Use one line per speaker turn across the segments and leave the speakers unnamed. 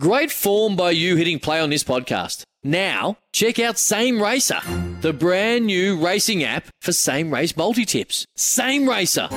Great form by you hitting play on this podcast. Now, check out Same Racer, the brand new racing app for same race multi tips. Same Racer.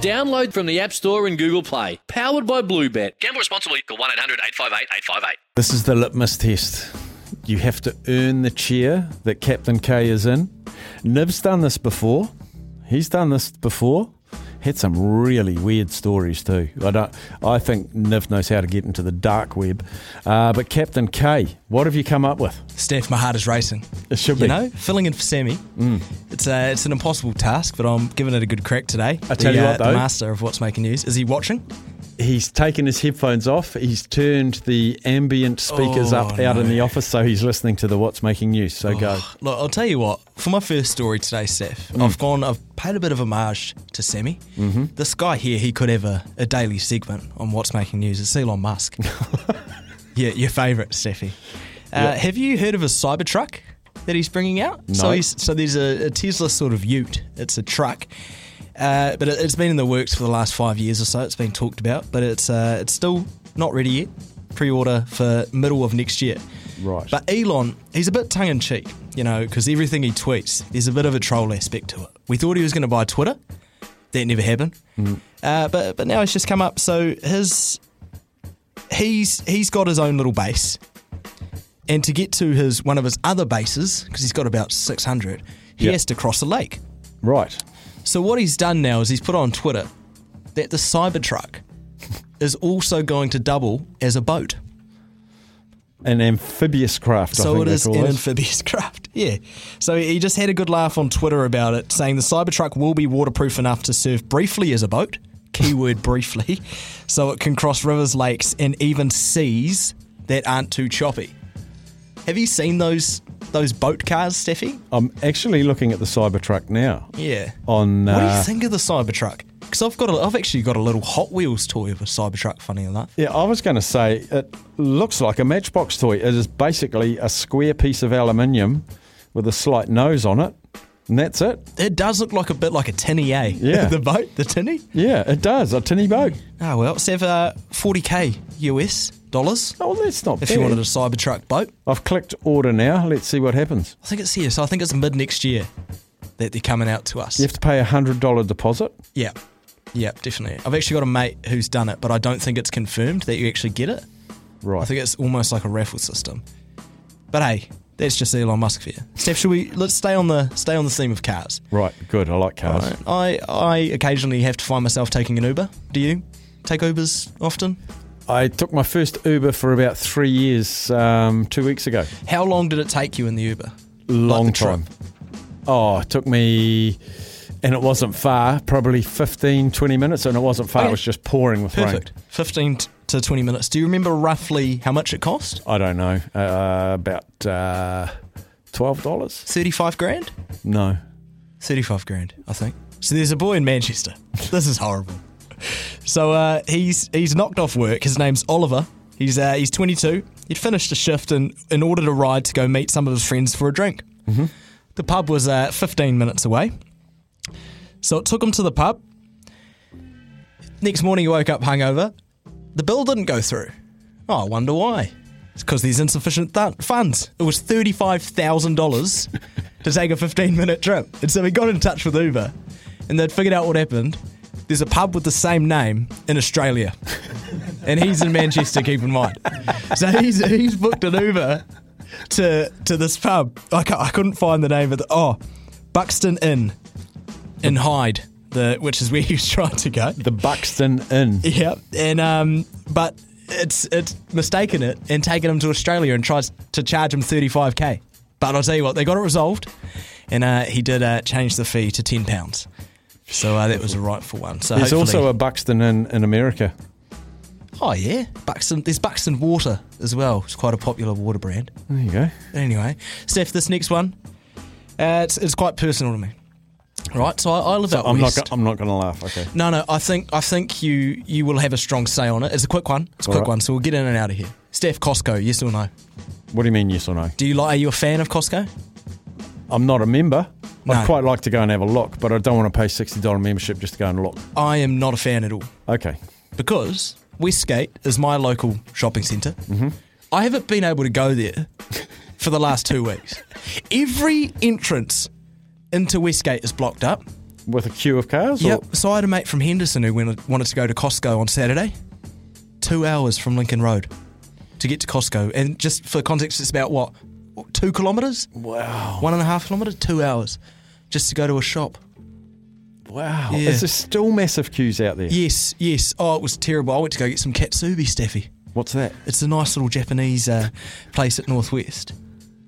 Download from the App Store and Google Play. Powered by Bluebet. Gamble responsibly. Call 1 800 858 858.
This is the litmus test. You have to earn the chair that Captain K is in. Nib's done this before. He's done this before. Had some really weird stories too. I don't. I think Niv knows how to get into the dark web. Uh, but Captain K, what have you come up with?
Steph, my heart is racing.
It should be.
You know, filling in for Sammy.
Mm.
It's a, it's an impossible task, but I'm giving it a good crack today.
I tell
the,
you
uh,
what,
the
though.
master of what's making news is he watching?
He's taken his headphones off. He's turned the ambient speakers
Oh,
up out in
no.
the office, so he's listening to the what's making news. So go.
Look, I'll tell you what. For my first story today, Steph, I've gone. I've paid a bit of homage to Sammy. Mm-hmm. This guy here, he could have a, a daily segment on what's making news. It's Elon Musk. yeah, your favourite, Steffi. Uh, Have you heard of a Cybertruck that he's bringing out? So
No.
he's so there's a, a Tesla sort of Ute. It's a truck. Uh, but it, it's been in the works for the last five years or so. It's been talked about, but it's uh, it's still not ready yet. Pre-order for middle of next year.
Right.
But Elon, he's a bit tongue in cheek, you know, because everything he tweets, there's a bit of a troll aspect to it. We thought he was going to buy Twitter. That never happened. Uh, but but now it's just come up. So his he's he's got his own little base, and to get to his one of his other bases because he's got about six hundred, he
Yeah.
has to cross a lake.
Right.
So what he's done now is he's put on Twitter that the Cybertruck is also going to double as a boat.
An amphibious craft. I
So
think
it
they
is
call
an
those.
amphibious craft. Yeah. So he just had a good laugh on Twitter about it, saying the Cybertruck will be waterproof enough to serve briefly as a boat. Keyword briefly. So it can cross rivers, lakes, and even seas that aren't too choppy. Have you seen those those boat cars, Steffi?
I'm actually looking at the Cybertruck now.
Yeah.
On
What do
uh,
you think of the Cybertruck? Because I've got, a, I've actually got a little Hot Wheels toy of a Cybertruck. Funny enough,
Yeah, I was going to say it looks like a matchbox toy. It is basically a square piece of aluminium with a slight nose on it, and that's it.
it does look like a bit like a tinny, eh?
Yeah.
the boat, the tinny.
Yeah, it does. A tinny boat.
Ah well, it's over forty k US dollars.
Oh, well, that's not
if
bad.
you wanted a Cybertruck boat.
I've clicked order now. Let's see what happens.
I think it's here. So I think it's mid next year that they're coming out to us.
You have to pay a hundred dollar deposit.
Yeah. Yeah, definitely. I've actually got a mate who's done it, but I don't think it's confirmed that you actually get it.
Right.
I think it's almost like a raffle system. But hey, that's just Elon Musk for you. Steph, should we let's stay on the stay on the theme of cars.
right. Good. I like cars.
I I occasionally have to find myself taking an Uber. Do you take Ubers often?
I took my first Uber for about three years, um, two weeks ago.
How long did it take you in the Uber?
Long
Like the trip.
time. Oh, it took me, and it wasn't far. Probably 15, 20 minutes, and it wasn't far.
Okay.
It was just pouring with rain.
Perfect. 15 t- to 20 minutes. Do you remember roughly how much it cost?
I don't know. Uh, about uh, twelve dollars?
35 grand?
No.
35 grand, I think. So there's a boy in Manchester. This is horrible. So uh, he's he's knocked off work. His name's Oliver. He's uh, he's 22. He'd finished a shift and, and ordered a ride to go meet some of his friends for a drink. The pub was uh, 15 minutes away. So it took him to the pub. Next morning, he woke up hungover. The bill didn't go through. Oh, I wonder why. It's because there's insufficient th- funds. It was $35,000 to take a 15 minute trip. And so he got in touch with Uber and they'd figured out what happened. There's a pub with the same name in Australia. and he's in Manchester, keep in mind. So he's, he's booked an Uber to, to this pub. I, ca- I couldn't find the name of the. Oh, Buxton Inn in Hyde, the, which is where he was trying to go.
The Buxton Inn.
Yeah, and um, but it's it's mistaken it and taken him to Australia and tries to charge him thirty five k. But I'll tell you what, they got it resolved, and uh, he did uh, change the fee to ten pounds. So uh, that was a rightful one. So
There's
hopefully-
also a Buxton Inn in America.
Oh yeah, Buxton. There's Buxton Water as well. It's quite a popular water brand.
There you go.
Anyway, Steph, this next one, uh, it's, it's quite personal to me. Right, so I, I live out
I'm not.
west.
Go- I'm not going to laugh. Okay.
No, no. I think I think you you will have a strong say on it. It's a quick one. It's a quick
Alright.
one. So we'll get in and out of here. Steph, Costco. Yes or no?
What do you mean? Yes or no?
Do you like? Are you a fan of Costco?
I'm not a member.
No.
I'd quite like to go and have a look, but I don't want to pay sixty dollar membership just to go and look.
I am not a fan at all
Okay.
because Westgate is my local shopping center I haven't been able to go there for the last two weeks. Every entrance into Westgate is blocked up.
With a queue of cars. or-
Yep. So I had a mate from Henderson who went, wanted to go to Costco on Saturday, two hours from Lincoln Road to get to Costco. And just for context, it's about what? Two kilometres?
Wow.
One and a half kilometres? Two hours just to go to a shop.
Wow.
Yeah.
Is there still massive queues out there?
Yes, yes. Oh, it was terrible. I went to go get some katsubi, Steffi.
What's that?
It's a nice little Japanese uh, place at Northwest.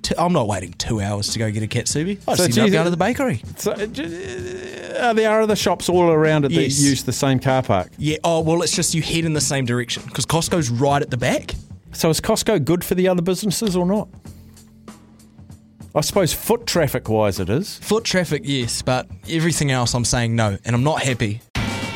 T- I'm not waiting two hours to go get a katsubi. I
Oh, So
just
do
ended up
you
going to
think-
the bakery.
So, uh, j- uh, are there other shops all around it
Yes.
that use the same car park?
Yeah. Oh, well, it's just you head in the same direction because Costco's right at the back.
So is Costco good for the other businesses or not? I suppose foot traffic wise it is.
Foot traffic, yes, but everything else I'm saying no, and I'm not happy.